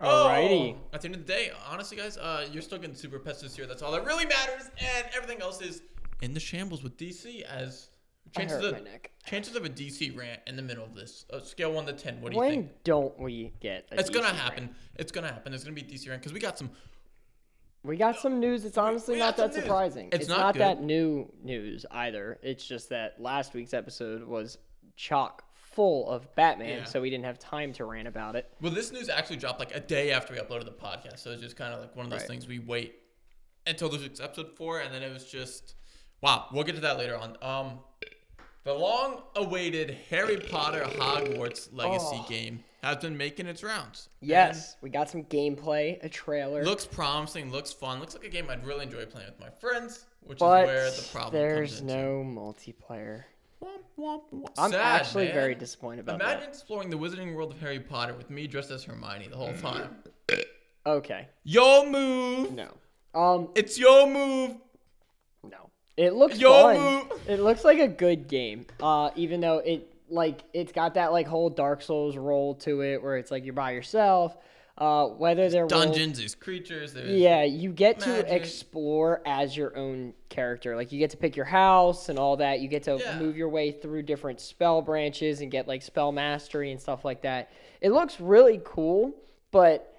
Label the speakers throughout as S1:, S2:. S1: Alrighty.
S2: Oh, at the end of the day, honestly, guys, uh, you're still getting super pets this year. That's all that really matters, and everything else is in the shambles with DC. As
S1: I
S2: chances
S1: hurt
S2: of
S1: my neck.
S2: chances of a DC rant in the middle of this uh, scale one to ten. What do you
S1: When
S2: think?
S1: don't we get? A
S2: It's gonna
S1: decent
S2: happen.
S1: rant?
S2: It's gonna happen. There's gonna be a DC rant because we got some.
S1: We got some news. It's honestly
S2: we
S1: not
S2: got
S1: that
S2: some news.
S1: surprising.
S2: It's
S1: It's,
S2: not
S1: not,
S2: good.
S1: that new news either. It's just that last week's episode was chock full of Batman,
S2: Yeah.
S1: so we didn't have time to rant about it.
S2: Well, this news actually dropped like a day after we uploaded the podcast, so it's just kind of like one of those
S1: Right.
S2: things we wait until this week's episode four, and then it was just wow. We'll get to that later on. Um, the long-awaited Harry Potter Hogwarts Legacy game has been making its rounds.
S1: Oh. Yes, we got some gameplay, a trailer,
S2: Looks promising. Looks fun. Looks like a game I'd really enjoy playing with my friends, which
S1: but
S2: is where the problem
S1: there's
S2: comes into.
S1: no multiplayer.
S2: Womp, womp, womp.
S1: I'm
S2: Sad,
S1: actually
S2: man.
S1: very disappointed about
S2: Imagine exploring the wizarding world of Harry Potter with me dressed as Hermione the whole time.
S1: that. Okay,
S2: Yo move.
S1: no, um,
S2: It's your move.
S1: no. It looks
S2: Yo,
S1: fun.
S2: move.
S1: It looks like a good game. Uh, even though it like it's got that like whole Dark Souls roll to it, where it's like you're by yourself. Uh, whether they're rolled-
S2: Dungeons, there's creatures, there's
S1: Yeah, you get
S2: Magic.
S1: to explore as your own character. Like you get to pick your house and all that. You get to
S2: Yeah.
S1: move your way through different spell branches and get like spell mastery and stuff like that. It looks really cool, but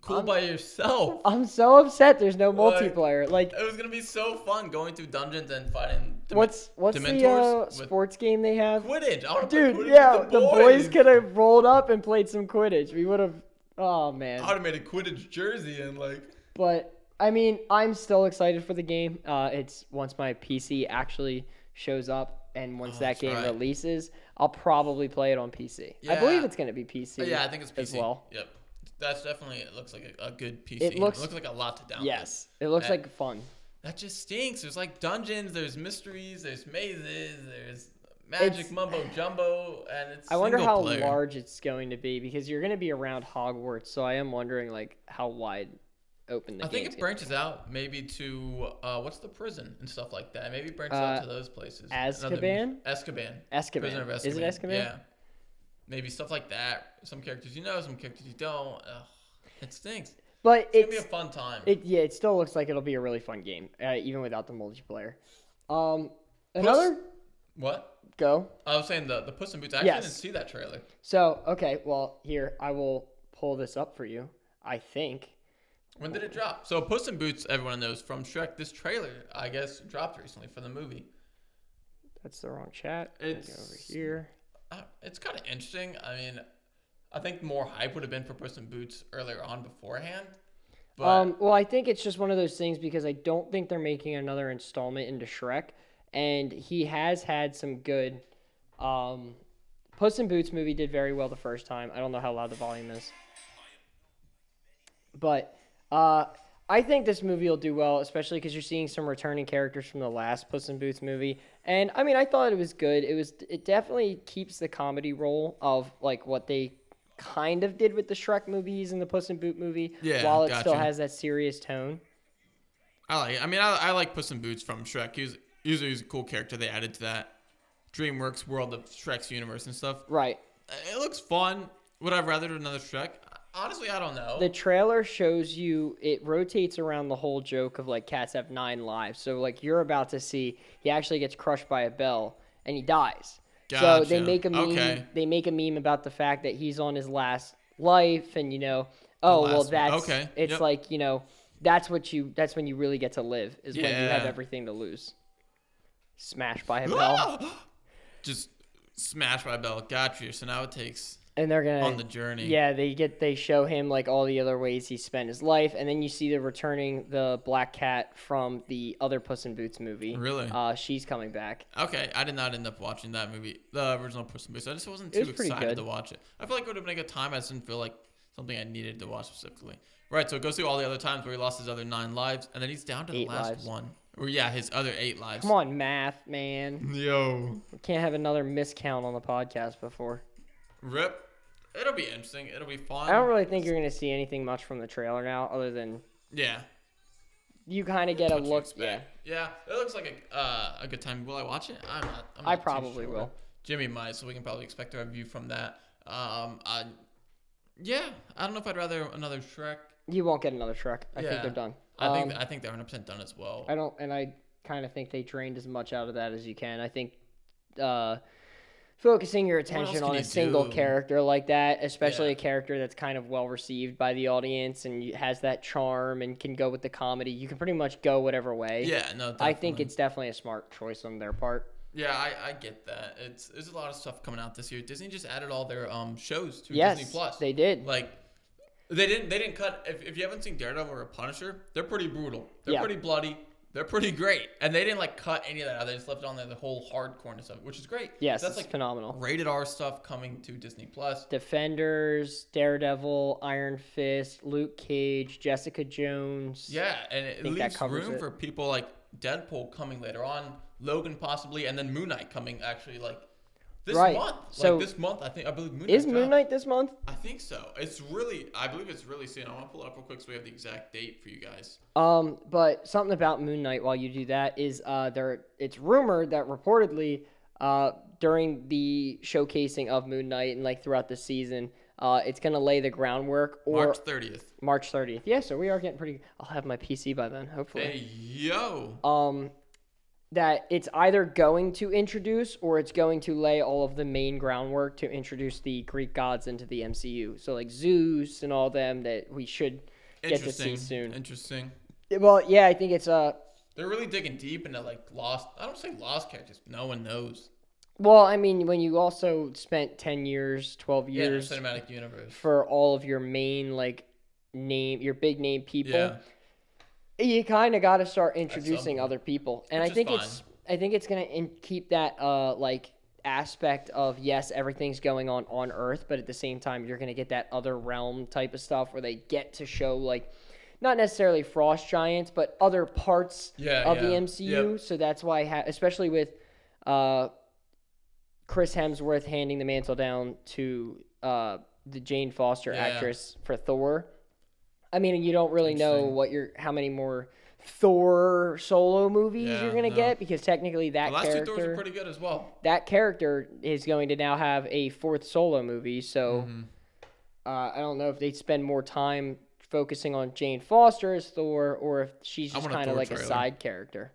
S2: cool by yourself.
S1: I'm so upset there's no
S2: Like, uh,
S1: multiplayer. Like
S2: It was gonna be so fun going through dungeons and fighting. Dem-
S1: what's what's the
S2: Dementors
S1: uh,
S2: with
S1: sports game they have?
S2: Quidditch. I wanna play Quidditch
S1: Dude,
S2: with
S1: yeah, the boys could have rolled up and played some Quidditch. We would have Oh man.
S2: I would have made a Quidditch jersey and like.
S1: But I mean, I'm still excited for the game. Uh, it's once my PC actually shows up and once that
S2: Oh, that's
S1: game
S2: right.
S1: releases, I'll probably play it on PC. I believe
S2: Yeah. Oh,
S1: it's going to be PC.
S2: Yeah, I think it's PC.
S1: as well.
S2: Yep. That's definitely it looks like a, a good
S1: It
S2: PC. It looks,
S1: looks-
S2: like a lot to download.
S1: Yes, it looks
S2: Yeah.
S1: like fun.
S2: That just stinks. There's like dungeons, there's mysteries, there's mazes, there's magic
S1: It's-
S2: mumbo jumbo, and it's.
S1: I wonder
S2: single
S1: how
S2: player.
S1: large it's going to be because you're going to be around Hogwarts, so I am wondering like how wide open the
S2: I think
S1: game's
S2: it
S1: gonna
S2: branches out maybe to uh, what's the prison and stuff like that. Maybe it branches
S1: Uh,
S2: out to those places. Another-
S1: Azkaban?
S2: Azkaban.
S1: be. Azkaban.
S2: Prisoner of Azkaban.
S1: Is it Escobar?
S2: Yeah. Maybe stuff like that. Some characters you know, some characters you don't. Ugh, it stinks. It's,
S1: But
S2: gonna
S1: it's
S2: be a fun time.
S1: It yeah, it still looks like it'll be a really fun game, uh, even without the multiplayer. Um,
S2: Puss-
S1: another
S2: What?
S1: go.
S2: I was saying the the Puss in Boots. I actually
S1: Yes.
S2: didn't see that trailer.
S1: So okay, well here I will pull this up for you. I think
S2: When did it drop? So Puss in Boots, everyone knows from Shrek. This trailer, I guess, dropped recently for the movie.
S1: that's the wrong chat. Let me go over
S2: It's-
S1: here.
S2: I- Uh, It's kind of interesting. I mean, I think more hype would have been for Puss in Boots earlier on beforehand. But
S1: Um, well, I think it's just one of those things because I don't think they're making another installment into Shrek, and he has had some good. Um, Puss in Boots movie did very well the first time. I don't know how loud the volume is, but uh, I think this movie will do well, especially because you're seeing some returning characters from the last Puss in Boots movie. And I mean, I thought it was good. It was it definitely keeps the comedy role of like what they kind of did with the Shrek movies and the Puss in Boot movie,
S2: Yeah,
S1: while it still
S2: gotcha.
S1: has that serious tone.
S2: I like. It. I mean, I, I like Puss in Boots from Shrek. He's usually he's a cool character they added to that DreamWorks world of Shrek's universe and stuff.
S1: Right.
S2: It looks fun. Would I rather do another Shrek? Honestly, I don't know.
S1: The trailer shows you it rotates around the whole joke of like cats have nine lives. So like you're about to see he actually gets crushed by a bell and he dies. So they
S2: Gotcha.
S1: make a meme.
S2: Okay.
S1: They make a meme about the fact that he's on his last life, and you know, oh well,
S2: last one.
S1: that's
S2: Okay,
S1: It's
S2: yep.
S1: like you know, that's what you. That's when you really get to live is when you have
S2: Yeah.
S1: everything to lose. Smashed by a bell,
S2: Ah! Just smash by Bell. Got you. So now it takes
S1: and they're gonna
S2: on the journey.
S1: Yeah, they get they show him like all the other ways he spent his life, and then you see the returning the black cat from the other Puss in Boots movie.
S2: Really?
S1: Uh, she's coming back.
S2: Okay, I did not end up watching that movie, the original Puss in Boots. I just wasn't
S1: It
S2: too
S1: was pretty
S2: excited
S1: good.
S2: to watch it. I feel like it would have been a good time. I just didn't feel like something I needed to watch specifically. Right, so it goes through all the other times where he lost his other nine lives, and then he's down to the
S1: Eight
S2: last
S1: lives.
S2: one. Or yeah, his other eight lives.
S1: Come on, math man.
S2: Yo.
S1: We can't have another miscount on the podcast before.
S2: Rip. It'll be interesting. It'll be fun.
S1: I don't really think you're gonna see anything much from the trailer now, other than
S2: yeah.
S1: you kind of get a
S2: what you
S1: look. Yeah,
S2: expect. Yeah, it looks like a uh, a good time. Will I watch it? I'm not. I'm
S1: I
S2: not too
S1: probably
S2: sure.
S1: will.
S2: Jimmy might, so we can probably expect a review from that. Um, I, Yeah, I don't know if I'd rather another Shrek.
S1: You won't get another Shrek. I think
S2: Yeah.
S1: they're done.
S2: I
S1: Um,
S2: think I think they're 100 percent done as well.
S1: I don't, and I kind of think they drained as much out of that as you can. I think uh, focusing your
S2: else
S1: attention
S2: can
S1: on
S2: you
S1: a single
S2: do?
S1: character like that, especially
S2: Yeah.
S1: a character that's kind of well received by the audience and you- has that charm and can go with the comedy, you can pretty much go whatever way.
S2: yeah, no.
S1: I think
S2: definitely.
S1: it's definitely a smart choice on their part.
S2: Yeah, I, I get that. It's there's a lot of stuff coming out this year. Disney just added all their um shows to
S1: yes,
S2: Disney Plus.
S1: they did.
S2: like they didn't they didn't cut if, if you haven't seen Daredevil or Punisher, they're pretty brutal. They're
S1: Yeah.
S2: pretty bloody. They're pretty great. And they didn't like cut any of that out. They just left it on there the whole hardcoreness of it, which is great.
S1: yes,
S2: That's
S1: that's
S2: like
S1: phenomenal.
S2: rated R stuff coming to Disney Plus.
S1: Defenders, Daredevil, Iron Fist, Luke Cage, Jessica Jones.
S2: Yeah, and it
S1: think that
S2: leaves
S1: covers
S2: room
S1: it.
S2: for people like Deadpool coming later on, Logan possibly, and then Moon Knight coming actually like this
S1: Right.
S2: month.
S1: So-
S2: like this month, I think I believe Moon Knight.
S1: Is Moon
S2: drops.
S1: Knight this month?
S2: I think so. It's really, I believe it's really soon. I want to pull it up real quick so we have the exact date for you guys.
S1: Um, but something about Moon Knight while you do that is uh, there. It's rumored that reportedly uh, during the showcasing of Moon Knight and like throughout the season, uh, it's gonna lay the groundwork or
S2: March
S1: March, 30th.
S2: 30th.
S1: Yeah, so we are getting pretty. I'll have my PC by then, hopefully.
S2: Hey, yo.
S1: Um, that it's either going to introduce or it's going to lay all of the main groundwork to introduce the Greek gods into the MCU. So like Zeus and all them that we should get to
S2: Interesting.
S1: see soon.
S2: Interesting.
S1: Well, yeah, I think it's uh
S2: They're really digging deep into like lost, I don't say lost characters, no one knows.
S1: Well, I mean, when you also spent 10 years, 12
S2: Yeah, in the
S1: years
S2: cinematic universe.
S1: for all of your main, like, name, your big name people,
S2: Yeah.
S1: you kind of got to start introducing
S2: point.
S1: other people. And I
S2: Which is
S1: think it's, I think it's going to in- keep that, uh, like, aspect of yes everything's going on on earth but at the same time you're going to get that other realm type of stuff where they get to show like not necessarily frost giants but other parts
S2: Yeah,
S1: of
S2: yeah.
S1: the MCU so that's why I ha- especially with uh Chris Hemsworth handing the mantle down to uh, the Jane Foster
S2: Yeah.
S1: actress for Thor. I mean, you don't really know
S2: Interesting.
S1: what you're how many more Thor solo movies
S2: Yeah,
S1: you're gonna
S2: no.
S1: get because technically
S2: The
S1: that
S2: last two Thors
S1: character
S2: are pretty good as well.
S1: that character is going to now have a fourth solo movie.
S2: Mm-hmm.
S1: So uh, I don't know if they spend more time focusing on Jane Foster as Thor or if she's
S2: I
S1: just
S2: want a
S1: kind of
S2: Thor
S1: like a
S2: trailer.
S1: side character.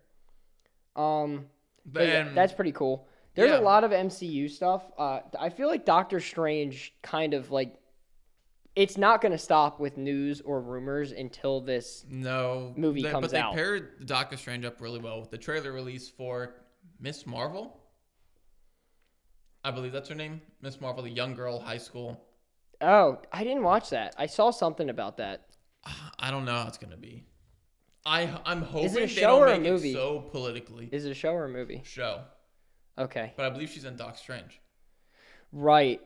S1: Um. But yeah,
S2: Then,
S1: that's pretty cool. There's a
S2: yeah.
S1: lot of MCU stuff. Uh, I feel like Doctor Strange kind of like it's not going to stop with news or rumors until this.
S2: no
S1: movie
S2: they,
S1: comes
S2: But they
S1: out.
S2: paired Doctor Strange up really well with the trailer release for Miss Marvel. I believe that's her name, Miss Marvel, the young girl, high school.
S1: Oh, I didn't watch that. I saw something about that.
S2: I don't know how it's gonna be. I I'm hoping
S1: it a
S2: they
S1: show
S2: don't
S1: or a
S2: make
S1: movie?
S2: it so politically
S1: Is it a show or a movie?
S2: show,
S1: Okay,
S2: but I believe she's in Doc Strange,
S1: right.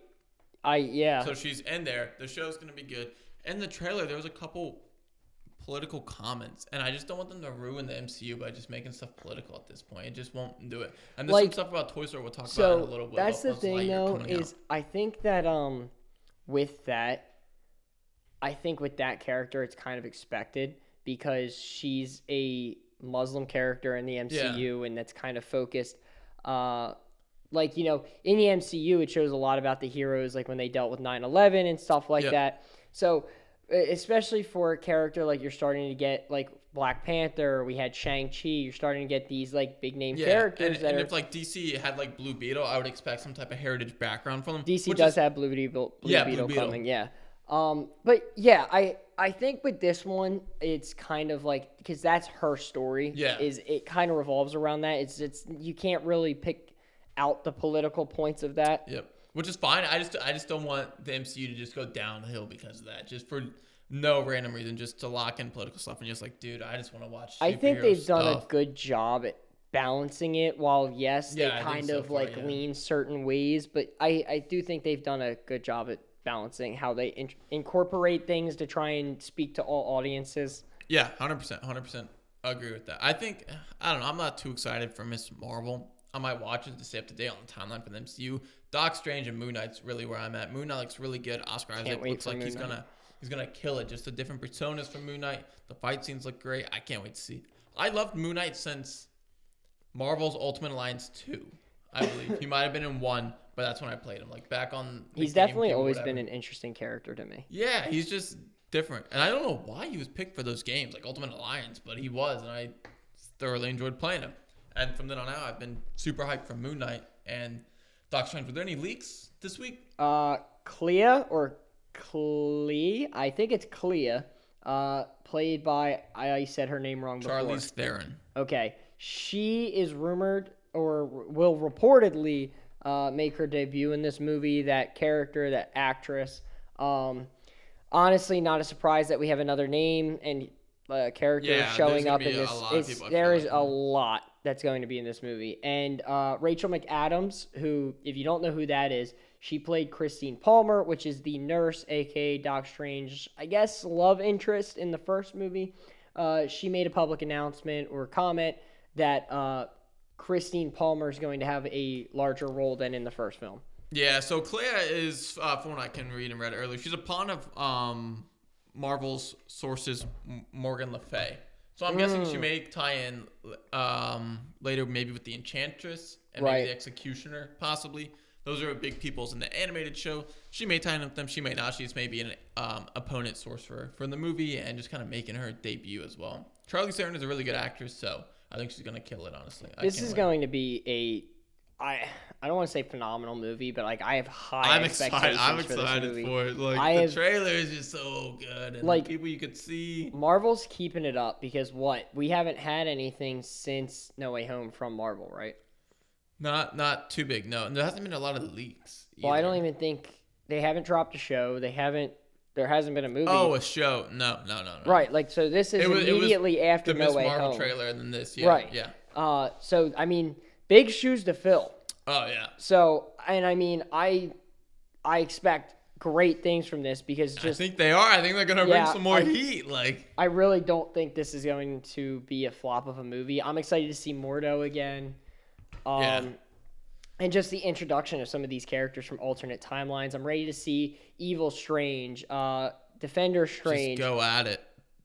S1: I yeah.
S2: so she's in there. The show's gonna be good. In the trailer, there was a couple political comments, and I just don't want them to ruin the MCU by just making stuff political at this point. It just won't do it. And there's
S1: Like-
S2: some stuff about Toy Story we'll talk about in a
S1: so
S2: little bit.
S1: that's the
S2: about
S1: thing
S2: Lightyear
S1: though
S2: coming out.
S1: is I think that um with that I think with that character it's kind of expected because she's a Muslim character in the MCU and that's kind of focused uh like you know in the MCU it shows a lot about the heroes like when they dealt with 9/11 and stuff like
S2: Yeah.
S1: that. So e- especially for a character like you're starting to get like Black Panther, we had Shang-Chi, you're starting to get these like big name
S2: yeah,
S1: characters
S2: and,
S1: that
S2: and
S1: are
S2: if like DC had like Blue Beetle, I would expect some type of heritage background from them.
S1: DC
S2: which
S1: does
S2: is-
S1: have Blue Beetle, Blue
S2: Yeah, Blue
S1: Beetle
S2: Beetle.
S1: coming, yeah. Um, but yeah, I I think with this one, it's kind of like because that's her story.
S2: Yeah.
S1: is it kind of revolves around that. It's it's you can't really pick out the political points of that.
S2: Yep. Which is fine. I just I just don't want the MCU to just go downhill because of that. Just for no random reason, just to lock in political stuff and just like, dude, I just want to watch.
S1: I think
S2: superhero
S1: they've done
S2: stuff.
S1: a good job at balancing it. While yes,
S2: Yeah, I
S1: they
S2: think
S1: kind
S2: so
S1: of
S2: far,
S1: like
S2: yeah.
S1: lean certain ways, but I I do think they've done a good job at balancing how they in- incorporate things to try and speak to all audiences.
S2: Yeah, hundred percent, hundred percent agree with that. I think I don't know. I'm not too excited for Miss Marvel. I might watch it to stay up to date on the timeline for the MCU. Doc Strange and Moon Knight's really where I'm at. Moon Knight looks really good. Oscar Isaac
S1: wait
S2: looks
S1: for
S2: like
S1: Moon
S2: he's
S1: Knight.
S2: gonna he's gonna kill it. Just the different personas from Moon Knight. The fight scenes look great. I can't wait to see. I loved Moon Knight since Marvel's Ultimate Alliance two. I believe he might have been in one, but that's when I played him. Like back on. the
S1: He's definitely
S2: GameCube or
S1: always
S2: whatever.
S1: been an interesting character to me.
S2: Yeah, he's just different, and I don't know why he was picked for those games, like Ultimate Alliance, but he was, and I thoroughly enjoyed playing him. And from then on out, I've been super hyped for Moon Knight and Doc Strange. Were there any leaks this week?
S1: Uh, Clea or Clee, I think it's Clea, uh, played by, I said her name wrong before.
S2: Charlize Theron.
S1: Okay. She is rumored or will reportedly uh, make her debut in this movie. That character, that actress. Um, honestly, not a surprise that we have another name and uh, character
S2: Yeah, there's
S1: showing
S2: gonna
S1: up
S2: be
S1: in
S2: a
S1: this.
S2: lot of
S1: it's-
S2: people, I
S1: there
S2: feel
S1: is
S2: like.
S1: a lot that's going to be in this movie. And uh, Rachel McAdams, who, if you don't know who that is, she played Christine Palmer, which is the nurse, aka Doc Strange, I guess, love interest in the first movie. Uh, she made a public announcement or comment that uh, Christine Palmer is going to have a larger role than in the first film.
S2: Yeah, so Clea is, uh, from what I can read and read earlier, she's a pawn of um, Marvel's sources, M- Morgan Le Fay. So I'm guessing
S1: Hmm.
S2: she may tie in um, later, maybe with the Enchantress and
S1: Right.
S2: maybe the Executioner, possibly. Those are big peoples in the animated show. She may tie in with them. She may not. She's maybe an um, opponent sorcerer from the movie and just kind of making her debut as well. Charlie Theron is a really good actress, so I think she's gonna kill it. Honestly, I
S1: This
S2: can't
S1: is
S2: wait.
S1: going to be a, I, I don't want to say phenomenal movie, but like I have high
S2: I'm
S1: expectations
S2: excited. I'm
S1: for this
S2: excited
S1: movie.
S2: for it. Like
S1: I
S2: the
S1: have-
S2: trailer is just so good, and
S1: Like-
S2: the people you could see.
S1: Marvel's keeping it up because what? We haven't had anything since No Way Home from Marvel, right?
S2: Not not too big. No, and there hasn't been a lot of leaks.
S1: Well, I
S2: either.
S1: don't even think they haven't dropped a show. They haven't. There hasn't been a movie.
S2: Oh, a show? No, no, no, no.
S1: right. Like so, this is
S2: It was- it was
S1: immediately after
S2: The
S1: No
S2: Miss
S1: Way
S2: Marvel
S1: Home.
S2: trailer, and then this. Yeah,
S1: Right.
S2: Yeah.
S1: Uh, so I mean, big shoes to fill.
S2: Oh yeah.
S1: So and I mean, I I expect great things from this because
S2: I
S1: just
S2: think they are. I think they're gonna bring
S1: Yeah,
S2: some more
S1: I-
S2: heat. Like
S1: I really don't think this is going to be a flop of a movie. I'm excited to see Mordo again. Um,
S2: Yeah.
S1: And just the introduction of some of these characters from alternate timelines. I'm ready to see Evil Strange, uh, Defender
S2: just
S1: Strange,
S2: go at it.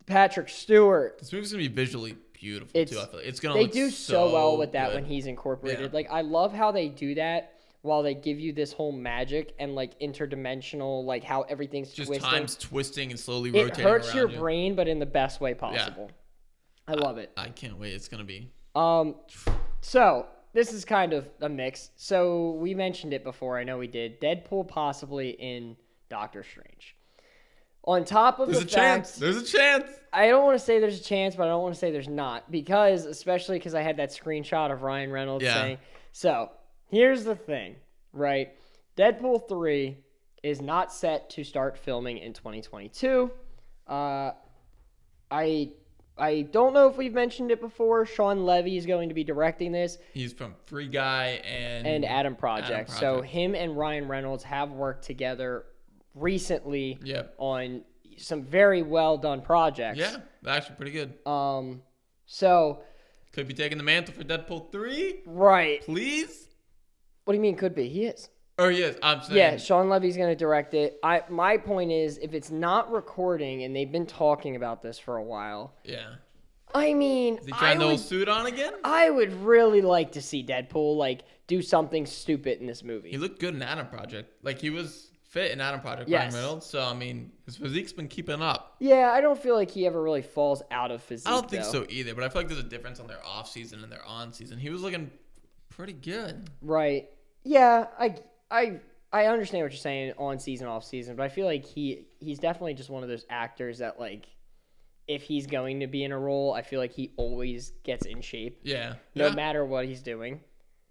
S1: Patrick Stewart.
S2: This movie's gonna be visually beautiful
S1: It's-
S2: too. I feel like Oh, it's gonna.
S1: They
S2: look
S1: do so well with that
S2: good.
S1: when he's incorporated.
S2: Yeah.
S1: Like, I love how they do that while they give you this whole magic and like interdimensional, like how everything's
S2: just
S1: twisted.
S2: times twisting and slowly
S1: it
S2: rotating
S1: hurts
S2: around
S1: your
S2: you.
S1: brain, but in the best way possible. I love it.
S2: I can't wait. It's gonna be.
S1: Um, so this is kind of a mix. So we mentioned it before. I know we did. Deadpool possibly in Doctor Strange. On top of
S2: There's
S1: the
S2: a
S1: fact,
S2: chance. There's a chance.
S1: I don't want to say there's a chance, but I don't want to say there's not because, especially because I had that screenshot of Ryan Reynolds
S2: Yeah.
S1: saying. So here's the thing, right? Deadpool three is not set to start filming in 2022. Uh, I I don't know if we've mentioned it before. Sean Levy is going to be directing this,
S2: He's from Free Guy and
S1: and Adam Project. So
S2: Mm-hmm. Project.
S1: him and Ryan Reynolds have worked together recently
S2: Yep.
S1: on some very well done projects.
S2: Yeah, they're actually pretty good.
S1: Um. So
S2: Could be taking the mantle for Deadpool three,
S1: right.
S2: please.
S1: What do you mean? Could be. He is.
S2: Or yes, I'm saying.
S1: Yeah. Sean Levy's going to direct it. I. My point is, if it's not recording, and they've been talking about this for a while.
S2: Yeah.
S1: I mean,
S2: Is he
S1: I
S2: trying the
S1: would,
S2: old suit on again?
S1: I would really like to see Deadpool like do something stupid in this
S2: He
S1: movie.
S2: looked good in Adam Project. Like he was fit in Adam Project. Ryan
S1: Yes.
S2: Reynolds. So I mean, his physique's been keeping up.
S1: Yeah, I don't feel like he ever really falls out of physique.
S2: I don't think
S1: though.
S2: so either. But I feel like there's a difference on their off season and their on season. He was looking pretty good.
S1: Right. Yeah, I I I understand what you're saying on season off season, but I feel like he he's definitely just one of those actors that like if he's going to be in a role, I feel like he always gets in shape
S2: Yeah.
S1: no
S2: yeah.
S1: matter what he's doing.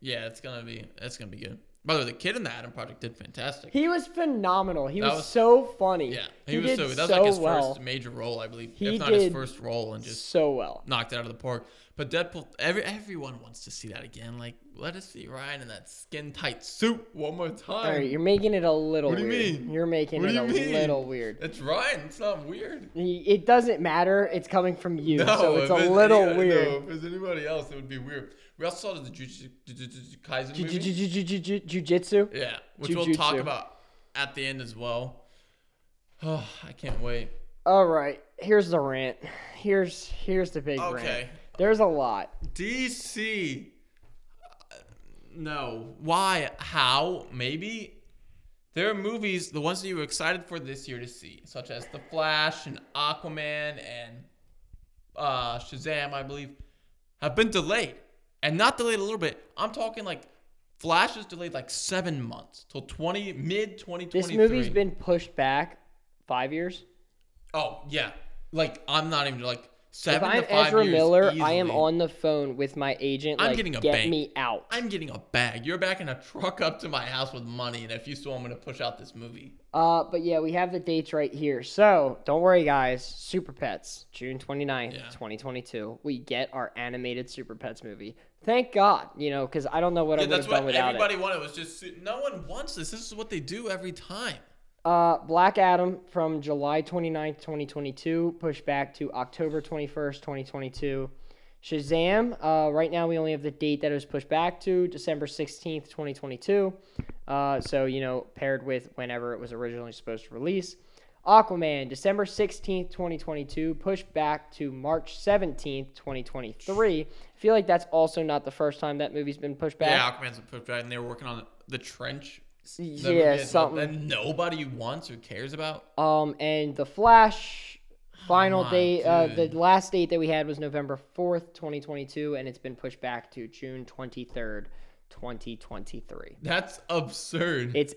S2: yeah. It's gonna be. It's gonna be good. By the way, the kid in the Adam Project did fantastic.
S1: He was phenomenal. He
S2: That
S1: was,
S2: was-
S1: so funny.
S2: yeah, he, was
S1: did
S2: so.
S1: so
S2: That was like his
S1: well.
S2: first major role, I believe,
S1: He
S2: if not
S1: did
S2: his first role, and just
S1: so well.
S2: knocked it out of the park. But Deadpool, every everyone wants to see that again. Like, let us see Ryan in that skin tight suit one more
S1: All right,
S2: time.
S1: you're making it a little
S2: What do you
S1: weird.
S2: mean?
S1: You're making
S2: What
S1: it
S2: do
S1: a
S2: you mean?
S1: little weird.
S2: It's Ryan. It's not weird.
S1: He- It doesn't matter. It's coming from you, so it's
S2: if
S1: a little
S2: any- No,
S1: weird.
S2: if it's anybody else, it would be weird. We also saw the Jujutsu Jujutsu Kaisen
S1: Ju- ju-
S2: movie.
S1: ju- ju- ju- ju- Jujitsu.
S2: Yeah, which we'll talk
S1: Jujutsu.
S2: about at the end as well. Oh, I can't wait.
S1: All right, here's the rant. Here's here's the big rant.
S2: Okay.
S1: There's a lot.
S2: DC. Uh, no. Why? How? Maybe? There are movies, the ones that you were excited for this year to see, such as The Flash and Aquaman and uh, Shazam, I believe, have been delayed. And not delayed a little bit. I'm talking like Flash is delayed like seven months till 20, mid 2023.
S1: This movie's been pushed back five years.
S2: Oh, yeah. Like, I'm not even like
S1: If
S2: seven
S1: I'm
S2: to five
S1: Ezra
S2: years
S1: Miller, I am
S2: easily.
S1: on the phone with my agent.
S2: I'm
S1: like,
S2: getting a
S1: get
S2: bank.
S1: me out.
S2: I'm getting a bag. You're backing a truck up to my house with money, and if you still, I'm gonna push out this movie.
S1: Uh, but yeah, we have the dates right here. So don't worry, guys. Super Pets, June 29th,
S2: Yeah.
S1: 2022. We get our animated Super Pets movie. Thank God, you know, because I don't know what I
S2: Yeah,
S1: would have
S2: that's what
S1: done without it.
S2: everybody wanted. Was just no one wants this. This is what they do every time.
S1: Uh, Black Adam from July 29th, 2022, pushed back to October 21st, 2022. Shazam, uh, right now we only have the date that it was pushed back to, December 16th, 2022. Uh, so, you know, paired with whenever it was originally supposed to release. Aquaman, December 16th, 2022, pushed back to March 17th, 2023. I feel like that's also not the first time that movie's been pushed back.
S2: Yeah, Aquaman's been pushed back, and they were working on the trench. the movie
S1: yeah
S2: as well,
S1: something.
S2: that nobody wants or cares about.
S1: Um, and the Flash final
S2: my
S1: date, uh, the
S2: dude.
S1: last date that we had was November fourth, twenty twenty two, and it's been pushed back to June twenty third, twenty twenty three.
S2: That's absurd.
S1: It's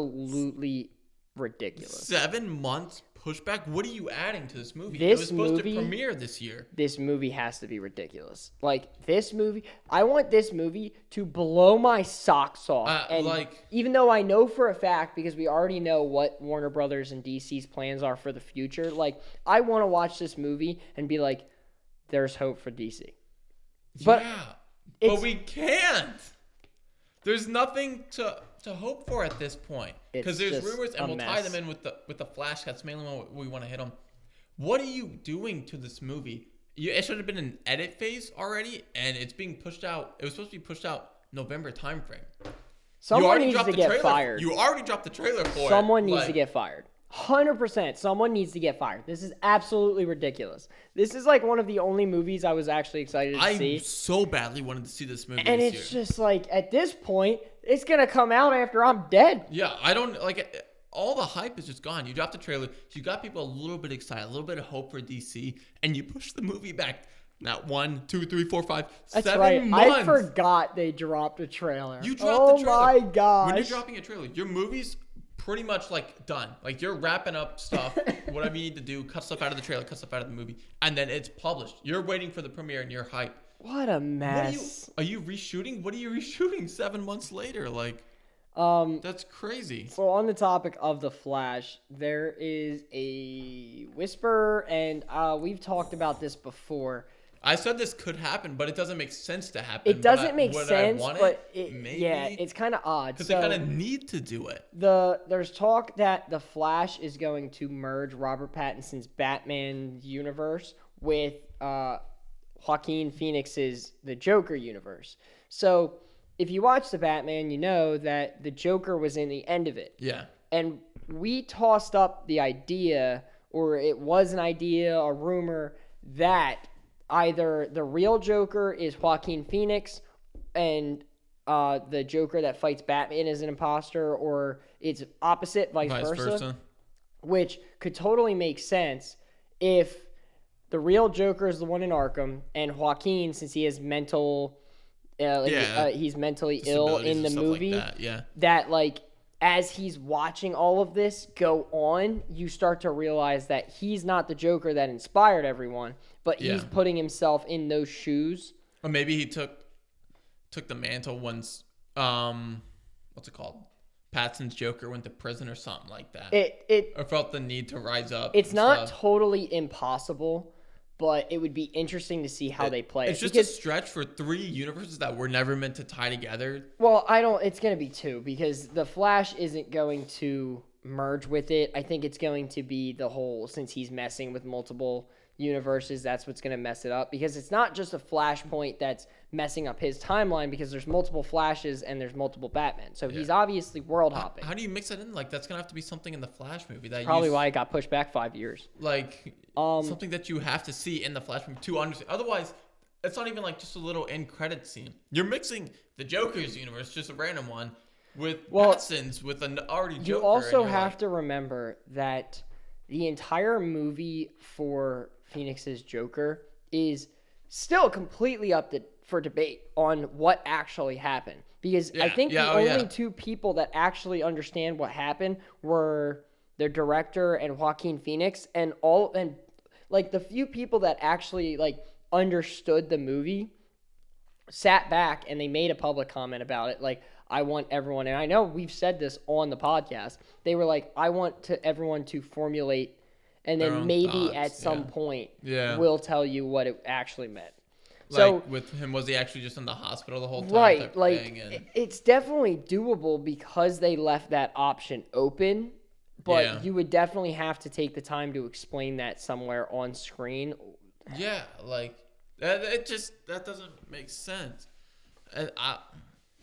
S1: absolutely ridiculous.
S2: Seven months pushback. What are you adding to this movie? it
S1: This
S2: was supposed
S1: movie-
S2: to premiere this year.
S1: This movie has to be ridiculous. Like this movie, I want this movie to blow my socks off.
S2: Uh,
S1: and
S2: like-
S1: even though I know for a fact because we already know what Warner Brothers and DC's plans are for the future, like I want to watch this movie and be like, "There's hope for DC." But
S2: yeah,
S1: it's-
S2: but we can't. There's nothing to to hope for at this point
S1: It's
S2: because there's
S1: just
S2: rumors,
S1: a
S2: and we'll tie
S1: mess.
S2: them in with the with the flash. That's mainly what we want to hit on. What are you doing to this movie? You, it should have been an edit phase already, and it's being pushed out. It was supposed to be pushed out November timeframe. you
S1: Someone
S2: already
S1: needs
S2: dropped
S1: to
S2: the
S1: get
S2: trailer.
S1: fired.
S2: You already dropped the trailer for it.
S1: Someone needs to
S2: Like,
S1: get fired. 100%. Someone needs to get fired. This is absolutely ridiculous. This is like one of the only movies I was actually excited to
S2: I
S1: see.
S2: so badly wanted to see this movie
S1: And
S2: this
S1: it's
S2: year.
S1: just like, at this point, it's going to come out after I'm dead.
S2: Yeah, I don't like eh, all the hype is just gone. You dropped the trailer, you got people a little bit excited, a little bit of hope for DC, and you push the movie back. Not one, two, three, four, five,
S1: That's
S2: seven
S1: right.
S2: months.
S1: I forgot they dropped a trailer.
S2: You dropped
S1: oh
S2: the trailer.
S1: my gosh.
S2: When you're dropping a trailer, your movie's pretty much like done. Like you're wrapping up stuff, whatever you need to do, cut stuff out of the trailer, cut stuff out of the movie, and then it's published. You're waiting for the premiere and you're hype.
S1: what a
S2: What
S1: mess.
S2: are you are you reshooting? What are you reshooting seven months later? Like
S1: um,
S2: that's crazy.
S1: So on the topic of the Flash, there is a whisper, and uh, we've talked about this before.
S2: I said this could happen, but it doesn't make sense to happen.
S1: It
S2: Would
S1: doesn't
S2: I-
S1: make
S2: would I
S1: sense,
S2: want
S1: but
S2: it?
S1: it, yeah, it's kind of odd.
S2: because
S1: So
S2: they kind of need to do it.
S1: the there's talk that the Flash is going to merge Robert Pattinson's Batman universe with uh, Joaquin Phoenix's The Joker universe. So if you watch the Batman, you know that the Joker was in the end of it
S2: Yeah,
S1: and we tossed up the idea or it was an idea a rumor that either the real joker is joaquin phoenix and uh, the joker that fights batman is an imposter or it's opposite vice,
S2: vice
S1: versa,
S2: versa.
S1: which could totally make sense if the real joker is the one in arkham and joaquin since he has mental uh, like,
S2: Yeah,
S1: uh, he's mentally ill
S2: Disabilities
S1: in
S2: and
S1: the
S2: stuff
S1: movie
S2: Like that. Yeah,
S1: that like as he's watching all of this go on, you start to realize that he's not the Joker that inspired everyone, but he's
S2: Yeah.
S1: putting himself in those shoes.
S2: or maybe he took took the mantle once. Um, what's it called? Patson's Joker went to prison or something like that,
S1: It it
S2: or felt the need to rise up.
S1: it's
S2: and
S1: not
S2: stuff.
S1: totally impossible, but it would be interesting to see how they play
S2: It's
S1: it.
S2: just
S1: because
S2: a stretch for three universes that were never meant to tie together.
S1: well, I don't it's going to be two because the Flash isn't going to merge with it. I think it's going to be the whole since he's messing with multiple universes, that's what's going to mess it up because it's not just a flashpoint that's messing up his timeline because there's multiple flashes and there's multiple Batman. So he's obviously world hopping.
S2: How do you mix that in? Like that's gonna have to be something in the Flash movie that
S1: Probably
S2: you,
S1: why it got pushed back 5 years.
S2: like
S1: Um,
S2: something that you have to see in the Flash movie to understand. Otherwise, it's not even like just a little end credit scene. You're mixing the Joker's universe, just a random one, with
S1: Well,
S2: Watson's with an already Joker.
S1: You
S2: and
S1: also
S2: you're
S1: have
S2: like,
S1: to remember that the entire movie for Phoenix's Joker is still completely up to, for debate on what actually happened. Because I
S2: Yeah,
S1: think
S2: yeah,
S1: the
S2: oh,
S1: only
S2: yeah.
S1: two people that actually understand what happened were the director and Joaquin Phoenix, and all and like the few people that actually like understood the movie sat back and they made a public comment about it like i want everyone and i know we've said this on the podcast they were like i want to everyone to formulate and
S2: Their
S1: then
S2: own
S1: maybe
S2: thoughts,
S1: at some
S2: yeah.
S1: point
S2: Yeah.
S1: we'll tell you what it actually meant so
S2: like, with him, was he actually just in the hospital the whole time? type
S1: right
S2: of
S1: like
S2: thing, and-
S1: it- it's definitely doable because they left that option open but
S2: Yeah.
S1: you would definitely have to take the time to explain that somewhere on screen
S2: Yeah, like that, it just that doesn't make sense. And I,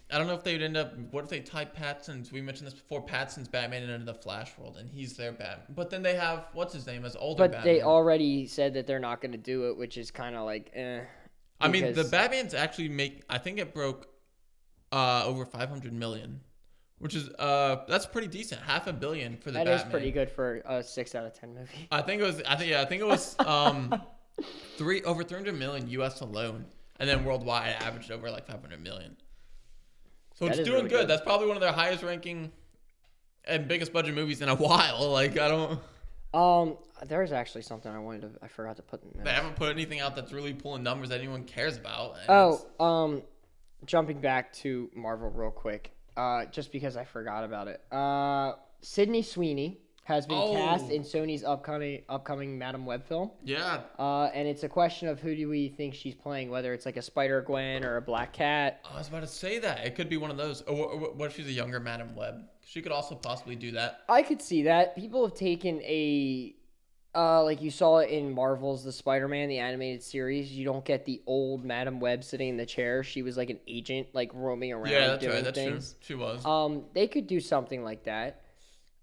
S2: I don't know if they would end up. What if they tie Patson's? We mentioned this before. Patson's Batman into the Flash world, and he's their Batman. But then they have what's his name as older.
S1: but
S2: Batman.
S1: they already said that they're not going to do it which is kind of like eh,
S2: I mean, the
S1: because-
S2: Batman's actually make. I think it broke, uh, over five hundred million, which is uh, that's pretty decent. Half a billion for the
S1: That is
S2: Batman.
S1: pretty good for a six out of ten movie.
S2: I think it was. I think yeah. I think it was um, three over three hundred million U.S. alone, and then worldwide it averaged over like five hundred million. So
S1: That
S2: it's
S1: is
S2: doing
S1: really
S2: good.
S1: good.
S2: That's probably one of their highest ranking and biggest budget movies in a while. Like I don't.
S1: Um, there was actually something I wanted to. I forgot to put in.
S2: They
S1: There.
S2: haven't put anything out that's really pulling numbers that anyone cares about. and
S1: Oh,
S2: it's-
S1: um, jumping back to Marvel real quick. Uh, just because I forgot about it. Uh, Sydney Sweeney has been cast
S2: Oh.
S1: in Sony's upcoming upcoming Madam Web film.
S2: yeah.
S1: Uh, and it's a question of who do we think she's playing, whether it's like a Spider Gwen or a Black Cat.
S2: I was about to say that it could be one of those. Or, or what if she's a younger Madam Web? She could also possibly do that.
S1: I could see that people have taken a uh, like you saw it in Marvel's The Spider Man, the animated series. You don't get the old Madam Web sitting in the chair. She was like an agent, like roaming around
S2: Yeah, that's
S1: doing
S2: right. That's
S1: things.
S2: true. She was.
S1: Um, they could do something like that.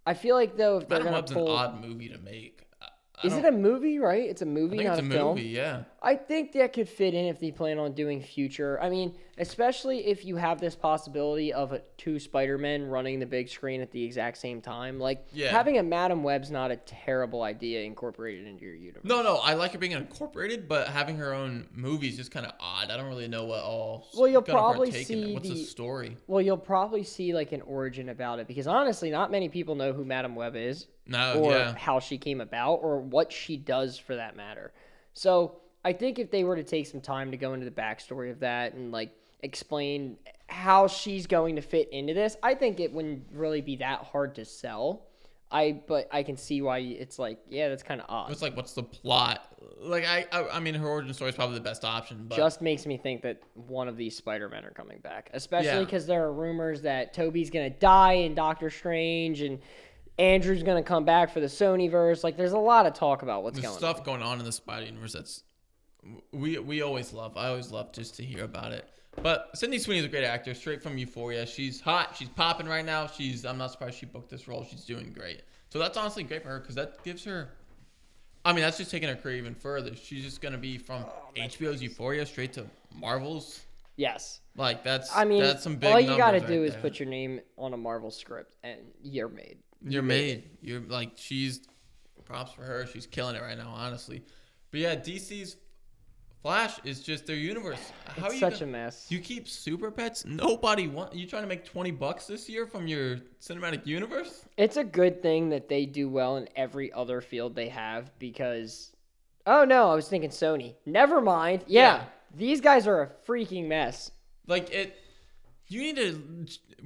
S1: I feel like though if they're
S2: Madam
S1: gonna
S2: Web's
S1: pull,
S2: an odd movie to make. I, I
S1: is
S2: don't-
S1: it a movie? Right, it's a
S2: I
S1: movie,
S2: think
S1: not
S2: it's
S1: a,
S2: a
S1: film.
S2: movie. Yeah.
S1: I think that could fit in if they plan on doing future. I mean, especially if you have this possibility of a, two Spider-Men running the big screen at the exact same time. Like
S2: Yeah.
S1: having a Madam Web's not a terrible idea incorporated into your universe.
S2: No, no, I like her being incorporated, but having her own movie is just kind of odd. I don't really know what all.
S1: Well, you'll
S2: gonna
S1: probably
S2: partake in it.
S1: see
S2: What's the,
S1: the-
S2: story?
S1: Well, you'll probably see like an origin about it because honestly, not many people know who Madam Web is
S2: No,
S1: or
S2: Oh, yeah,
S1: how she came about or what she does for that matter. So, I think if they were to take some time to go into the backstory of that and like explain how she's going to fit into this, I think it wouldn't really be that hard to sell. I but I can see why it's like, yeah, that's kind of odd.
S2: it's like what's the plot? Like, I, I, I mean, her origin story is probably the best option, but
S1: just makes me think that one of these Spider-Men are coming back, especially
S2: Yeah.
S1: because there are rumors that Toby's going to die in Doctor Strange and Andrew's going to come back for the Sonyverse. Like, there's a lot of talk about what's
S2: the
S1: going
S2: stuff going on in the Spider universe that's we we always love. I always love just to hear about it. But Sydney Sweeney's a great actor, straight from Euphoria. She's hot. She's popping right now. She's I'm not surprised she booked this role. She's doing great. So that's honestly great for her because that gives her. I mean, that's just taking her career even further. She's just gonna be from
S1: Oh,
S2: HBO's Euphoria straight to Marvel's.
S1: on. Yes.
S2: Like that's
S1: I mean,
S2: that's some big.
S1: all you got to
S2: numbers
S1: do
S2: right
S1: is
S2: there.
S1: put your name on a Marvel script and you're made.
S2: You're made. You're like she's props for her. She's killing it right now, honestly. But yeah, DC's Flash is just their universe.
S1: It's
S2: How are you
S1: such
S2: gonna-
S1: a mess.
S2: you keep super pets? Nobody want you trying to make 20 bucks this year from your cinematic universe?
S1: It's a good thing that they do well in every other field they have because. Oh no, I was thinking Sony. Never mind. yeah.
S2: Yeah.
S1: These guys are a freaking mess.
S2: Like it you need to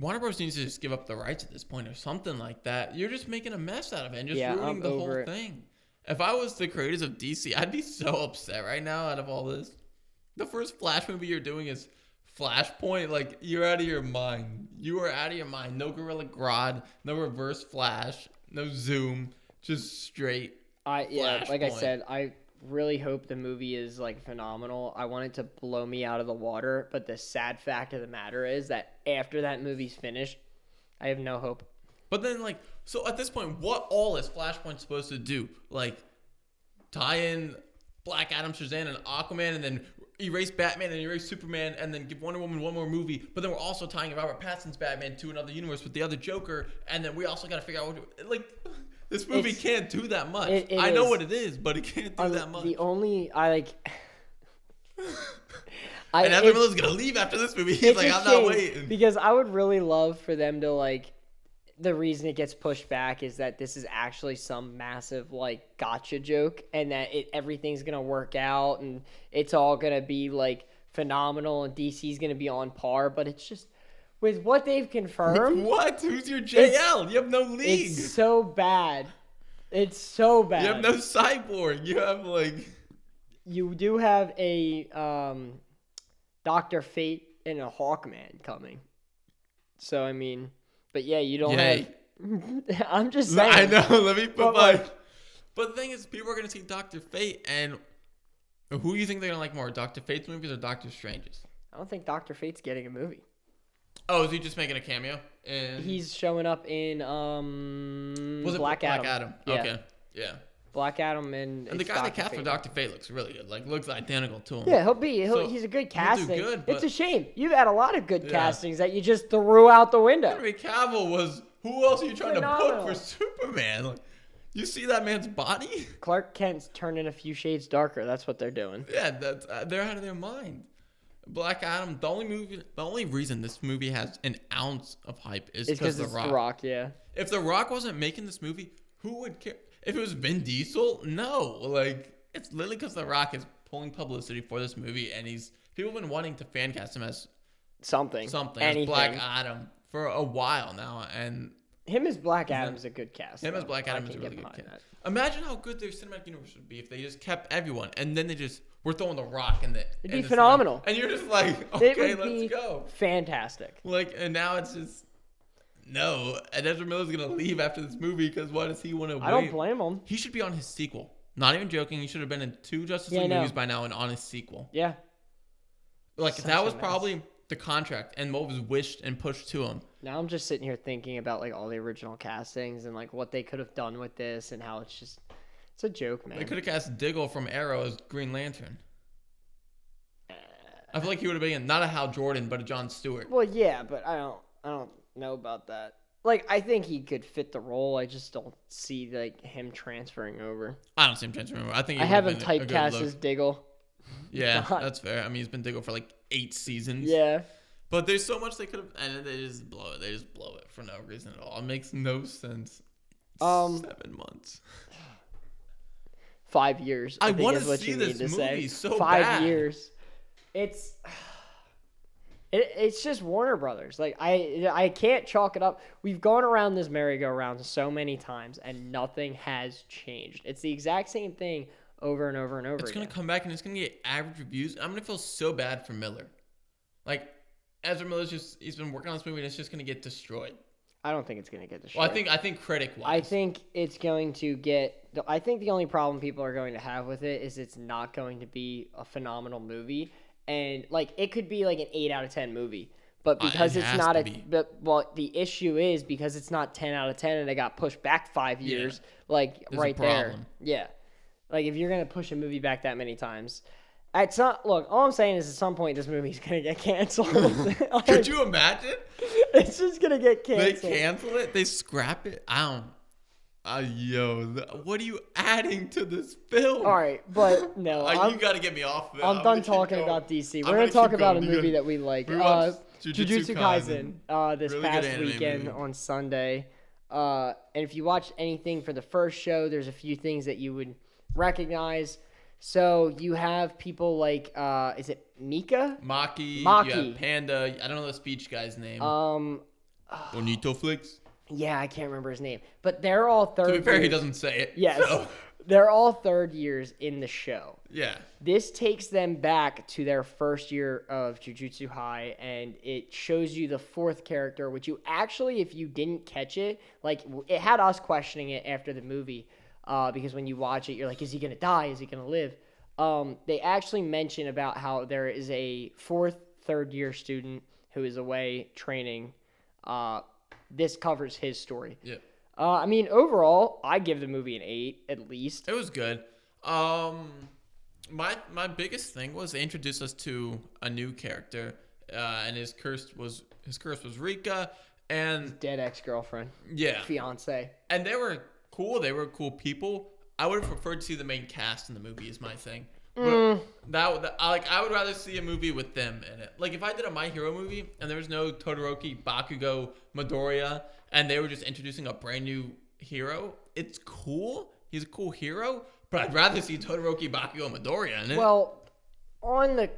S2: Warner Bros needs to just give up the rights at this point or something like that. You're just making a mess out of it and just
S1: Yeah,
S2: ruining
S1: I'm
S2: the whole
S1: over it.
S2: thing. If I was the creators of DC, I'd be so upset right now out of all this. The first Flash movie you're doing is Flashpoint. Like you're out of your mind. You are out of your mind. No Gorilla Grodd, no Reverse Flash, no Zoom, just straight.
S1: I yeah, like I
S2: Flashpoint.
S1: said, I really hope the movie is like phenomenal. I want it to blow me out of the water, but the sad fact of the matter is that after that movie's finished, I have no hope.
S2: But then, like, so at this point, what all is Flashpoint supposed to do? Like, tie in Black Adam, Shazam, and Aquaman, and then erase Batman and erase Superman, and then give Wonder Woman one more movie. But then we're also tying Robert Pattinson's Batman to another universe with the other Joker, and then we also got to figure out what to, like this movie
S1: It's-
S2: can't do that much.
S1: it- it
S2: I know
S1: is.
S2: what it is, but it can't do
S1: Um,
S2: that much.
S1: The only I like. I,
S2: and Ezra
S1: it's-
S2: Miller's gonna leave after this movie. He's
S1: it's
S2: like,
S1: a
S2: I'm not
S1: shame,
S2: waiting.
S1: because I would really love for them to like. The reason it gets pushed back is that this is actually some massive like gotcha joke, and that it everything's gonna work out, and it's all gonna be like phenomenal, and DC's gonna be on par. But it's just with what they've confirmed,
S2: What? Who's your JL? You have no league.
S1: it's so bad. It's so bad.
S2: You have no cyborg. You have like
S1: you do have a um, Doctor Fate and a Hawkman coming. So I mean, but yeah, you don't
S2: Yay.
S1: have. I'm just saying.
S2: I know. Let me put
S1: But,
S2: my.
S1: like-
S2: but the thing is, people are gonna see Doctor Fate, and who do you think they're gonna like more, Doctor Fate's movies or Doctor Strange's?
S1: I don't think Doctor Fate's getting a movie.
S2: Oh, is he just making a cameo? And
S1: He's showing up in um
S2: was it
S1: Black Adam. Yeah,
S2: Okay. Yeah.
S1: Black Adam and
S2: And the
S1: it's
S2: guy that
S1: Dr.
S2: cast for
S1: Fate.
S2: Doctor Fate looks really good. Like looks identical to him.
S1: Yeah, he'll be. He'll,
S2: So,
S1: he's a good
S2: he'll do
S1: casting.
S2: good,
S1: it's
S2: but-
S1: a shame you've had a lot of good
S2: Yeah.
S1: castings that you just threw out the window.
S2: Henry Cavill was. Who else are you trying to
S1: Phenomenal.
S2: book for Superman? Like, you see that man's body?
S1: Clark Kent's turning a few shades darker. That's what they're doing.
S2: Yeah, that's uh, they're out of their mind. Black Adam. The only movie, the only reason this movie has an ounce of hype is
S1: It's
S2: because
S1: because
S2: the
S1: it's
S2: Rock.
S1: The Rock. Yeah.
S2: If the Rock wasn't making this movie, who would care? If it was Vin Diesel, no. Like it's literally because the Rock is pulling publicity for this movie, and he's people have been wanting to fan cast him as
S1: something,
S2: something, as
S1: anything.
S2: Black Adam for a while now, and
S1: him as Black Adam's a good cast.
S2: Him as
S1: though.
S2: Black
S1: I
S2: Adam is
S1: can
S2: a
S1: get
S2: really good
S1: behind
S2: kid.
S1: that.
S2: Imagine how good their cinematic universe would be if they just kept everyone and then they just were throwing the rock in the. It'd
S1: be phenomenal.
S2: and you're just like,
S1: It
S2: okay,
S1: would
S2: let's
S1: be
S2: go.
S1: fantastic.
S2: Like, and now it's just no. And Ezra Miller's gonna leave after this movie because why does he want to?
S1: I don't blame him.
S2: He should be on his sequel. Not even joking. He should have been in two Justice
S1: Yeah, I
S2: League
S1: know.
S2: movies by now and on his sequel.
S1: Yeah,
S2: Like
S1: Such
S2: that
S1: a
S2: was
S1: mess.
S2: probably the contract and what was wished and pushed to him.
S1: now I'm just sitting here thinking about like all the original castings and like what they could have done with this and how it's just it's a joke,
S2: They
S1: man.
S2: could have cast Diggle from Arrow as Green Lantern. I feel like he would have been not a Hal Jordan, but a John Stewart.
S1: Well, yeah, but I don't I don't know about that. Like I think he could fit the role. I just don't see like him transferring over.
S2: I don't see him transferring. over. I think
S1: I
S2: he would
S1: have him
S2: been a good
S1: typecast
S2: look.
S1: as Diggle.
S2: yeah,
S1: God.
S2: that's fair. I mean, he's been Diggle for like eight seasons.
S1: Yeah,
S2: but there's so much they could have, and then they just blow it. They just blow it for no reason at all. It makes no sense.
S1: Um,
S2: seven months.
S1: five years.
S2: I
S1: think
S2: wanna
S1: is what
S2: see
S1: you
S2: this
S1: need to say.
S2: movie so
S1: five
S2: bad.
S1: years. It's it, it's just Warner Brothers. Like I I can't chalk it up. We've gone around this merry-go-round so many times and nothing has changed. It's the exact same thing over and over and over
S2: It's
S1: again.
S2: gonna come back and it's gonna get average reviews. I'm gonna feel so bad for Miller. Like Ezra Miller's just he's been working on this movie and it's just gonna get destroyed.
S1: I don't think it's gonna get destroyed.
S2: Well, I think I think critic wise,
S1: I think it's going to get. the- I think the only problem people are going to have with it is it's not going to be a phenomenal movie, and like it could be like an eight out of ten movie, but
S2: Uh, it
S1: because it's
S2: has
S1: not
S2: to
S1: a.
S2: be.
S1: But well, the issue is because it's not ten out of ten, and it got pushed back five years. Like
S2: a
S1: right there,
S2: problem.
S1: yeah. Like if you're gonna push a movie back that many times. At some look, all I'm saying is at some point this movie's gonna get canceled.
S2: could you imagine?
S1: it's just gonna get
S2: They
S1: canceled.
S2: cancel it. They scrap it. I don't. Uh, yo, th- what are you adding to this film?
S1: All right, but no,
S2: Like,
S1: I'm,
S2: you gotta get me off. Of it.
S1: I'm
S2: gonna
S1: done
S2: keep
S1: talking
S2: going.
S1: about DC.
S2: I'm
S1: We're
S2: gonna
S1: gonna talk
S2: keep
S1: about a
S2: going.
S1: movie
S2: You
S1: that we like.
S2: we
S1: uh,
S2: watched Jujutsu
S1: Jujutsu Kaisen uh, this
S2: Really good
S1: past
S2: anime
S1: weekend
S2: movie.
S1: on Sunday. Uh, and if you watched anything for the first show, there's a few things that you would recognize. So you have people like, uh, is it Mika?
S2: Maki. Maki. You
S1: Maki.
S2: have Panda. I don't know the speech guy's name.
S1: Um,
S2: Bonito Flicks.
S1: yeah, I can't remember his name, but they're all third.
S2: To be fair, he
S1: years-
S2: doesn't say it.
S1: Yes,
S2: so,
S1: they're all third years in the show.
S2: yeah.
S1: this takes them back to their first year of Jujutsu High, and it shows you the fourth character, which you actually, if you didn't catch it, like w- it had us questioning it after the movie, uh, because when you watch it, you're like, is he gonna die? Is he gonna live? Um, they actually mention about how there is a fourth, third year student who is away training. Uh, this covers his story.
S2: Yeah.
S1: Uh, I mean, overall, I give the movie an eight at least.
S2: It was good. Um, my my biggest thing was they introduced us to a new character, uh, and his curse was his curse was Rika, and
S1: Dead ex girlfriend,
S2: yeah,
S1: fiance.
S2: and they were cool. They were cool people. I would have preferred to see the main cast in the movie. Is my thing. But
S1: Mm.
S2: That, that I like I would rather see a movie with them in it. Like if I did a My Hero movie and there was no Todoroki, Bakugo, Midoriya, and they were just introducing a brand new hero, it's cool. He's a cool hero, but I'd rather see Todoroki, Bakugo, and Midoriya in it.
S1: Well, on the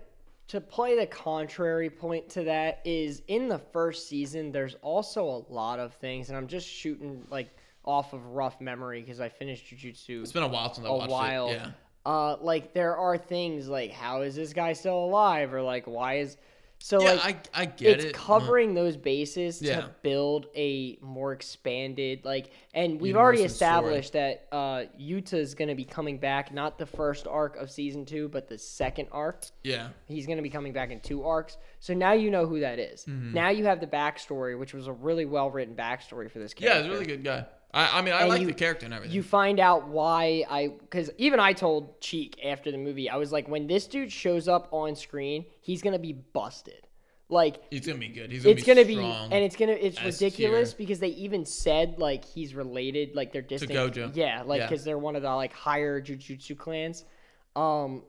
S1: to play the contrary point to that is in the first season there's also a lot of things and I'm just shooting like off of rough memory cuz I finished jujutsu
S2: it's been a while since I
S1: a
S2: watched
S1: while.
S2: it. Yeah.
S1: Uh, like there are things like how is this guy still alive or like why is so
S2: Yeah,
S1: like
S2: I, I get
S1: it's
S2: it. Uh-huh.
S1: covering those bases
S2: Yeah.
S1: to build a more expanded like and we've
S2: Universe
S1: already
S2: and story.
S1: established that uh Yuta is going to be coming back not the first arc of season 2 but the second arc
S2: yeah.
S1: he's going to be coming back in two arcs so now you know who that is.
S2: Mm-hmm.
S1: now you have the backstory which was a really well written backstory for this character
S2: Yeah, he's a really good guy. I, I mean, I
S1: And
S2: like
S1: you-
S2: the character and everything.
S1: you find out why I because even I told Cheek after the movie, I was like, when this dude shows up on screen, he's gonna be busted. Like
S2: he's gonna be good. He's gonna
S1: it's
S2: be
S1: gonna be,
S2: strong.
S1: and it's gonna it's
S2: S
S1: ridiculous
S2: tier.
S1: because they even said like he's related, like they're distant.
S2: Gojo.
S1: Yeah, like
S2: Yeah.
S1: because they're one of the like higher jujutsu clans. Um,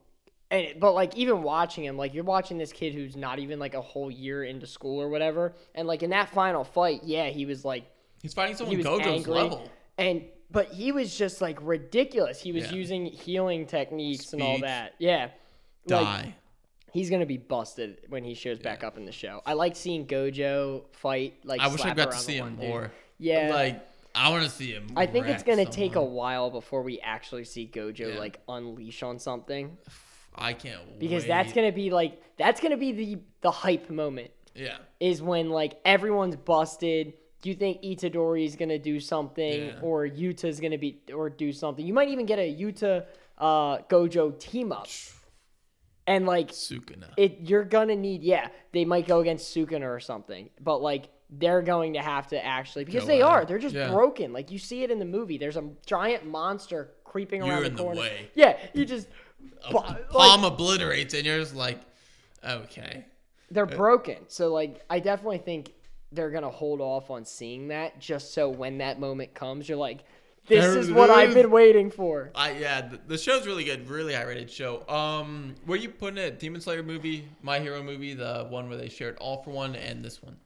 S1: and but like even watching him, like you're watching this kid who's not even like a whole year into school or whatever, and like in that final fight, yeah, he was like
S2: he's fighting someone
S1: he was
S2: Gojo's
S1: angry,
S2: level.
S1: and but he was just like ridiculous. He was
S2: Yeah.
S1: using healing techniques and all
S2: Speech.
S1: that. Yeah,
S2: Die.
S1: like he's gonna be busted when he shows back up in the show. I like seeing Gojo fight. Like
S2: I wish I
S1: slap
S2: got
S1: around
S2: to
S1: the
S2: see
S1: one
S2: him
S1: dude.
S2: more.
S1: Yeah.
S2: Like I want to see him.
S1: I think it's
S2: wreck
S1: gonna take a
S2: someone.
S1: while before we actually see Gojo
S2: Yeah.
S1: like unleash on something
S2: I can't
S1: because
S2: wait.
S1: that's gonna be like that's gonna be the the hype moment
S2: Yeah.
S1: is when like everyone's busted. Do you think Itadori is gonna do something,
S2: Yeah.
S1: or Yuta's gonna be, or do something? You might even get a Yuta uh, Gojo team up, and like
S2: Sukuna.
S1: it, you're gonna need. Yeah, they might go against Sukuna or something, but like they're going to have to actually because
S2: Go
S1: they
S2: at
S1: are.
S2: it.
S1: They're just
S2: Yeah.
S1: broken. Like you see it in the movie. There's a giant monster creeping around
S2: You're
S1: the
S2: in the
S1: corner.
S2: way.
S1: Yeah, you just. bu- like,
S2: Palm obliterates, and you're just like, okay.
S1: they're broken. So like I definitely think they're gonna hold off on seeing that just so when that moment comes, you're like, This
S2: There
S1: is
S2: it
S1: what I've
S2: is.
S1: been waiting for.
S2: I yeah, the, the show's really good, really high rated show. Um, where you putting it? Demon Slayer movie, My Hero movie, the one where they shared all for one, and this one.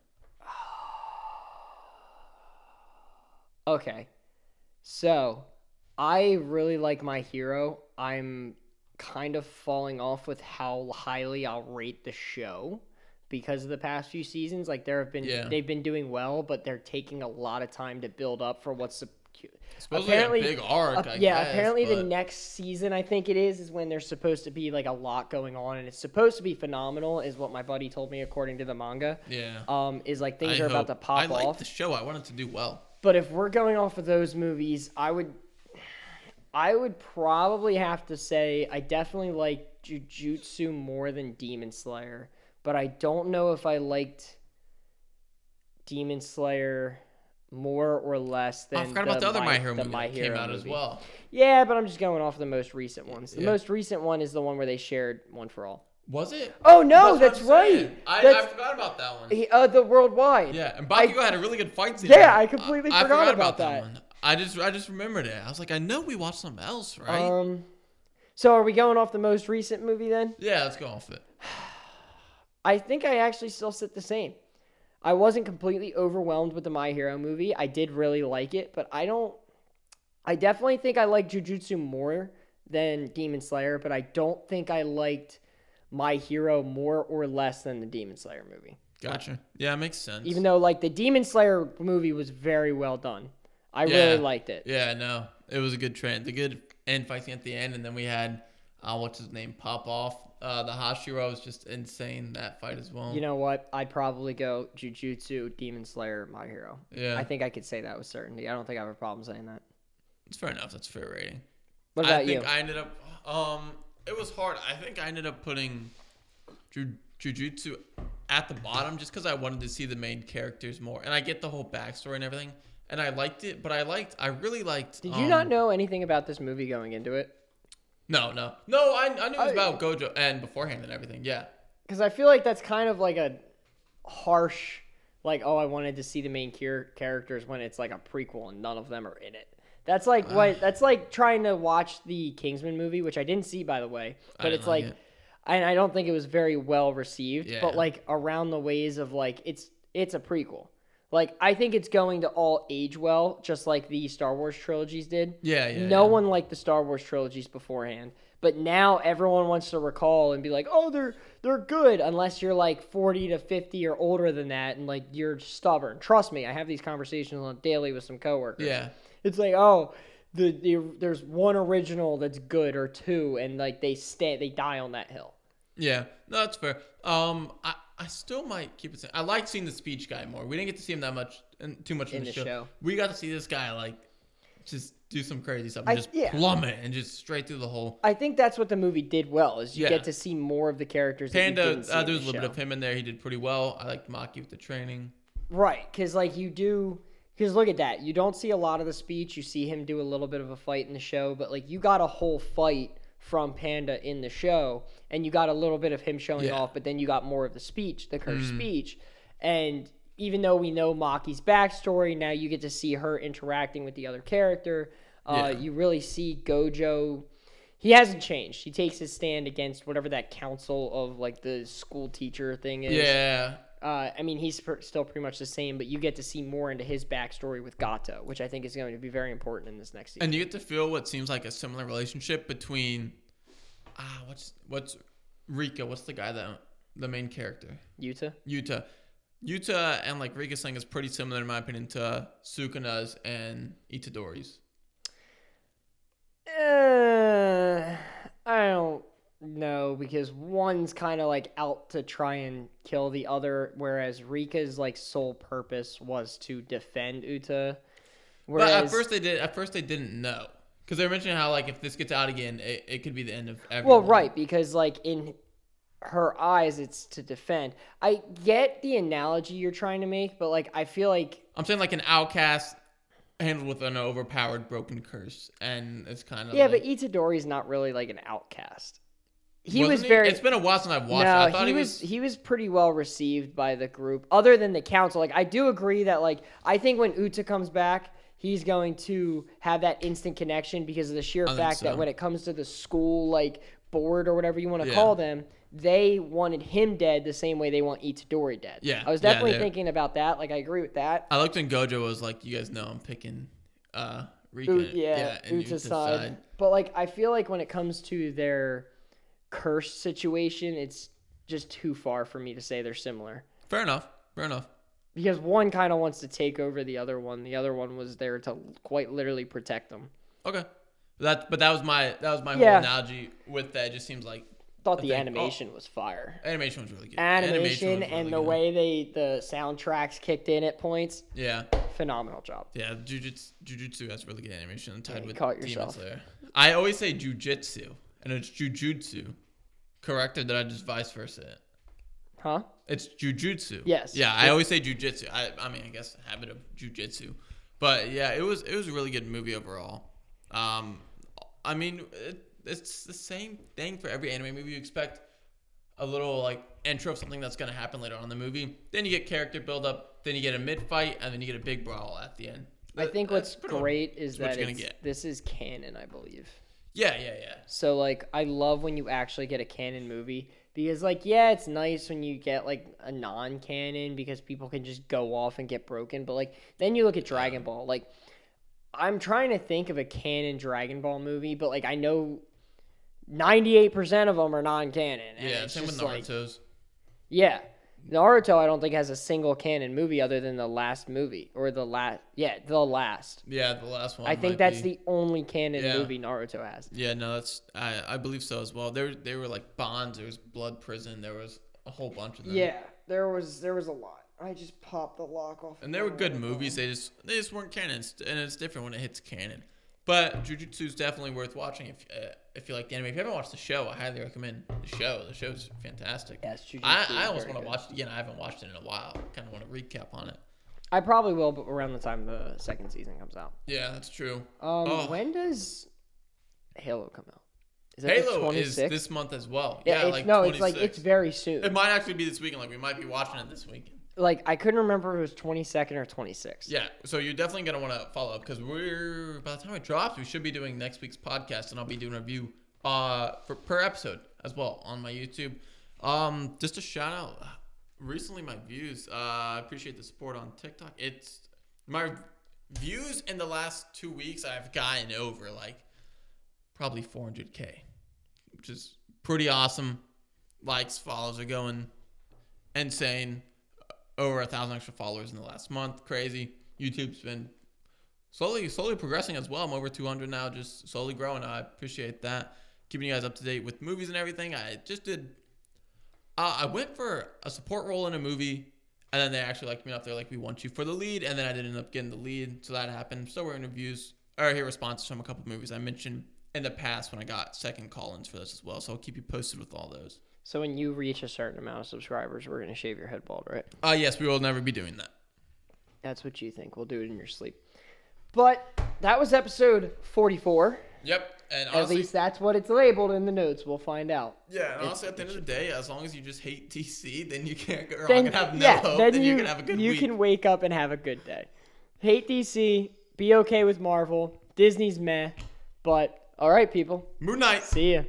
S1: Okay. So I really like my hero. I'm kind of falling off with how highly I'll rate the show because of the past few seasons. Like there have been
S2: Yeah.
S1: they've been doing well, but they're taking a lot of time to build up for what's
S2: Supposedly
S1: Apparently-
S2: a big arc.
S1: Ap-
S2: I
S1: yeah,
S2: guess,
S1: apparently the
S2: but-
S1: next season I think it is is when there's supposed to be like a lot going on and it's supposed to be phenomenal is what my buddy told me according to the manga.
S2: yeah.
S1: Um, is like things
S2: I
S1: are about to
S2: hope-
S1: pop
S2: I like
S1: off.
S2: the show. I want it to do well.
S1: but if we're going off of those movies, I would, I would probably have to say I definitely like Jujutsu more than Demon Slayer, but I don't know if I liked Demon Slayer more or less than
S2: I forgot about the other My, Hero
S1: the
S2: movie
S1: My
S2: that
S1: Hero
S2: came out as
S1: movie.
S2: well.
S1: Yeah, but I'm just going off the most recent ones. The
S2: Yeah.
S1: most recent one is the one where they shared one for all.
S2: Was it?
S1: Oh no, that's,
S2: what I'm
S1: right.
S2: saying. I, I
S1: that's
S2: forgot about that one.
S1: he- uh, the worldwide.
S2: Yeah, and Bakugo had a really good fight scene.
S1: Yeah, I completely forgot about that.
S2: one. I just I just remembered it. I was like, I know we watched something else, right?
S1: Um. So are we going off the most recent movie then?
S2: yeah, let's go off it.
S1: I think I actually still sit the same. I wasn't completely overwhelmed with the My Hero movie. I did really like it, but I don't. I definitely think I like Jujutsu more than Demon Slayer, but I don't think I liked My Hero more or less than the Demon Slayer movie.
S2: Gotcha. Yeah, it makes sense.
S1: even though like the Demon Slayer movie was very well done. I
S2: Yeah.
S1: really liked it.
S2: yeah, no, it was a good trend. The good end fight scene at the end, and then we had uh, what's his name pop off. Uh, the Hashira was just insane that fight as well.
S1: You know what? I'd probably go Jujutsu, Demon Slayer, My Hero.
S2: yeah,
S1: I think I could say that with certainty. I don't think I have a problem saying that.
S2: it's fair enough. That's fair rating.
S1: What about
S2: I think
S1: you?
S2: I ended up. Um, it was hard. I think I ended up putting Ju- Jujutsu at the bottom just because I wanted to see the main characters more, and I get the whole backstory and everything, and I liked it. But I liked. I really liked.
S1: Did you not know anything about this movie going into it?
S2: No, no, no. I, I knew it was
S1: I-
S2: about Gojo and beforehand and everything. Yeah,
S1: because I feel like that's kind of like a harsh, like oh, I wanted to see the main char- characters when it's like a prequel and none of them are in it. That's like what that's like trying to watch the Kingsman movie, which I didn't see by the way, but
S2: didn't
S1: it's
S2: like
S1: like,
S2: it.
S1: and I don't think it was very well received.
S2: Yeah.
S1: But like around the ways of like it's it's a prequel. Like I think it's going to all age well, just like the Star Wars trilogies did
S2: yeah, yeah.
S1: no
S2: yeah.
S1: one liked the Star Wars trilogies beforehand, but now everyone wants to recall and be like, "Oh, they're they're good," unless you're like 40 to 50 or older than that, and like you're stubborn. Trust me, I have these conversations on daily with some coworkers.
S2: Yeah,
S1: It's like, oh, the, the there's one original that's good or two, and like they stay they die on that hill.
S2: yeah. No, that's fair. Um, I, I still might keep it. Same. I like seeing the speech guy more. We didn't get to see him that much and too much in, the, show. We got to see this guy like just do some crazy stuff and
S1: I-
S2: just
S1: yeah.
S2: plummet and just straight through the hole.
S1: I think that's what the movie did well is you
S2: Yeah.
S1: get to see more of the characters. that you
S2: Panda,
S1: didn't see
S2: uh,
S1: in
S2: there's a
S1: the
S2: little
S1: show.
S2: bit of him in there. He did pretty well. I liked Maki with the training.
S1: Right, because like you do, because look at that. You don't see a lot of the speech. You see him do a little bit of a fight in the show, but like you got a whole fight from Panda in the show, and you got a little bit of him showing
S2: Yeah. Mm-hmm.
S1: off, but then you got more of the speech, the cursed speech, and even though we know Maki's backstory, now you get to see her interacting with the other character. Uh,
S2: Yeah.
S1: You really see Gojo. He hasn't changed. He takes his stand against whatever that council of like the school teacher thing is.
S2: Yeah,
S1: Uh, I mean, he's pr- still pretty much the same, but you get to see more into his backstory with Gato, which I think is going to be very important in this next season.
S2: and you get to feel what seems like a similar relationship between ah, what's what's Rika? What's the guy that the main character?
S1: Yuta?
S2: Yuta. Yuta and like Rika Singh is pretty similar in my opinion to Sukuna's and Itadori's.
S1: Uh, I don't know because one's kind of like out to try and kill the other, whereas Rika's like sole purpose was to defend Uta.
S2: But
S1: Whereas,
S2: at first they did. At first they didn't know because they were mentioning how like if this gets out again, it, it could be the end of
S1: well,
S2: everyone.
S1: right, because like in her eyes, it's to defend. I get the analogy you're trying to make, but like I feel like
S2: I'm saying like an outcast handled with an overpowered broken curse, and it's kind of
S1: Yeah, but
S2: like-
S1: Itadori's not really like an outcast. He
S2: Wasn't
S1: was very
S2: It's been a while since I've watched. it.
S1: no.
S2: I thought
S1: he was he was pretty well received by the group, other than the council. Like I do agree that like I think when Uta comes back, he's going to have that instant connection because of the sheer
S2: think
S1: fact
S2: so.
S1: that when it comes to the school like board or whatever you want to
S2: Yeah.
S1: call them, they wanted him dead the same way they want Itadori dead.
S2: Yeah,
S1: I was
S2: yeah,
S1: definitely
S2: they're-
S1: thinking about that. Like I agree with that.
S2: I looked in Gojo. I was like, you guys know I'm picking uh Rika.
S1: Ut- yeah,
S2: and
S1: Uta's
S2: Uta's
S1: side.
S2: side.
S1: But like, I feel like when it comes to their curse situation, it's just too far for me to say they're similar
S2: Fair enough. Fair enough.
S1: because one kind of wants to take over the other one. The other one was there to quite literally protect them.
S2: Okay. That but that was my that was my
S1: Yeah.
S2: whole analogy with that. It just seems like
S1: Thought the
S2: think-
S1: animation was fire.
S2: animation was really good.
S1: Animation
S2: was really
S1: and the
S2: good.
S1: way they the soundtracks kicked in at points,
S2: Yeah.
S1: phenomenal job.
S2: Yeah, jujutsu, jujutsu has really good animation. I'm tied
S1: you
S2: with
S1: caught
S2: Demon
S1: yourself.
S2: Slayer. I always say jujitsu, and it's jujutsu. Correct, or did I just vice versa it?
S1: Huh?
S2: It's jujutsu.
S1: Yes.
S2: Yeah, I always say jujitsu. I, I mean, I guess habit of jujitsu, but yeah, it was it was a really good movie overall. Um, I mean, it, it's the same thing for every anime movie. You expect a little like intro of something that's gonna happen later on in the movie. Then you get character build up. Then you get a mid fight, and then you get a big brawl at the end.
S1: I
S2: That-
S1: think
S2: that's
S1: what's
S2: pretty much-
S1: great is
S2: what
S1: that
S2: you're gonna
S1: it's-
S2: get.
S1: this is canon, I believe.
S2: Yeah, yeah, yeah.
S1: So like I love when you actually get a canon movie because like yeah, it's nice when you get like a non-canon because people can just go off and get broken, but like then you look at Dragon Ball. Like I'm trying to think of a canon Dragon Ball movie, but like I know 98% of them are non-canon. and
S2: Yeah,
S1: it's
S2: same with
S1: just, like-
S2: Naruto's.
S1: yeah. Naruto I don't think has a single canon movie other than the last movie or the last yeah, the last.
S2: yeah, the last one.
S1: I think
S2: might
S1: that's
S2: be.
S1: the only canon
S2: Yeah.
S1: movie Naruto has.
S2: Yeah, no, that's I, I believe so as well. There they were like bonds. There was blood prison. There was a whole bunch of them.
S1: Yeah, there was there was a lot. I just popped the lock off.
S2: and they were good movies. They just they just weren't canon, and it's different when it hits canon. But Jujutsu is definitely worth watching if uh, if you like the anime. If you haven't watched the show, I highly recommend the show. The show's fantastic.
S1: Yes, Jujutsu
S2: I,
S1: is
S2: I almost
S1: very
S2: want to
S1: good.
S2: watch it again. I haven't watched it in a while. Kind of want to recap on it.
S1: I probably will, but around the time the second season comes out.
S2: Yeah, that's true.
S1: Um,
S2: Oh.
S1: when does Halo come out? Is that the
S2: Halo is
S1: 26th?
S2: this month as well.
S1: Yeah,
S2: Yeah,
S1: it's,
S2: like
S1: no,
S2: 26.
S1: it's like it's very soon.
S2: it might actually be this weekend. Like we might be watching it this weekend.
S1: like I couldn't remember if it was 22nd or 26th.
S2: Yeah, so you're definitely gonna want to follow up because we're by the time it drops, we should be doing next week's podcast, and I'll be doing a review uh for per episode as well on my YouTube. Um, just a shout out. Recently, my views. Uh, I appreciate the support on TikTok. It's my views in the last two weeks. I've gotten over like probably 400k, which is pretty awesome. Likes, follows are going insane over a thousand extra followers in the last month. Crazy. YouTube's been slowly, slowly progressing as well. I'm over 200 now, just slowly growing. I appreciate that. Keeping you guys up to date with movies and everything. I just did. Uh, I went for a support role in a movie, and then they actually liked me enough. They're like, "We want you for the lead," and then I did end up getting the lead, so that happened. So we're interviews or hear responses from a couple movies I mentioned in the past when I got second call-ins for this as well. So I'll keep you posted with all those.
S1: So when you reach a certain amount of subscribers, we're gonna shave your head bald, right?
S2: Uh, yes, we will never be doing that.
S1: That's what you think. We'll do it in your sleep. But that was episode 44.
S2: Yep, and
S1: At
S2: honestly,
S1: least that's what it's labeled in the notes. We'll find out.
S2: Yeah, and honestly, at the end of the day, as long as you just hate DC, then you can't go wrong
S1: Then,
S2: and have no
S1: yeah,
S2: hope.
S1: then,
S2: Then,
S1: you,
S2: you can have a good
S1: you
S2: week.
S1: can wake up and have a good day. Hate DC, be okay with Marvel. Disney's meh. But all right, people,
S2: Moon Knight.
S1: see ya.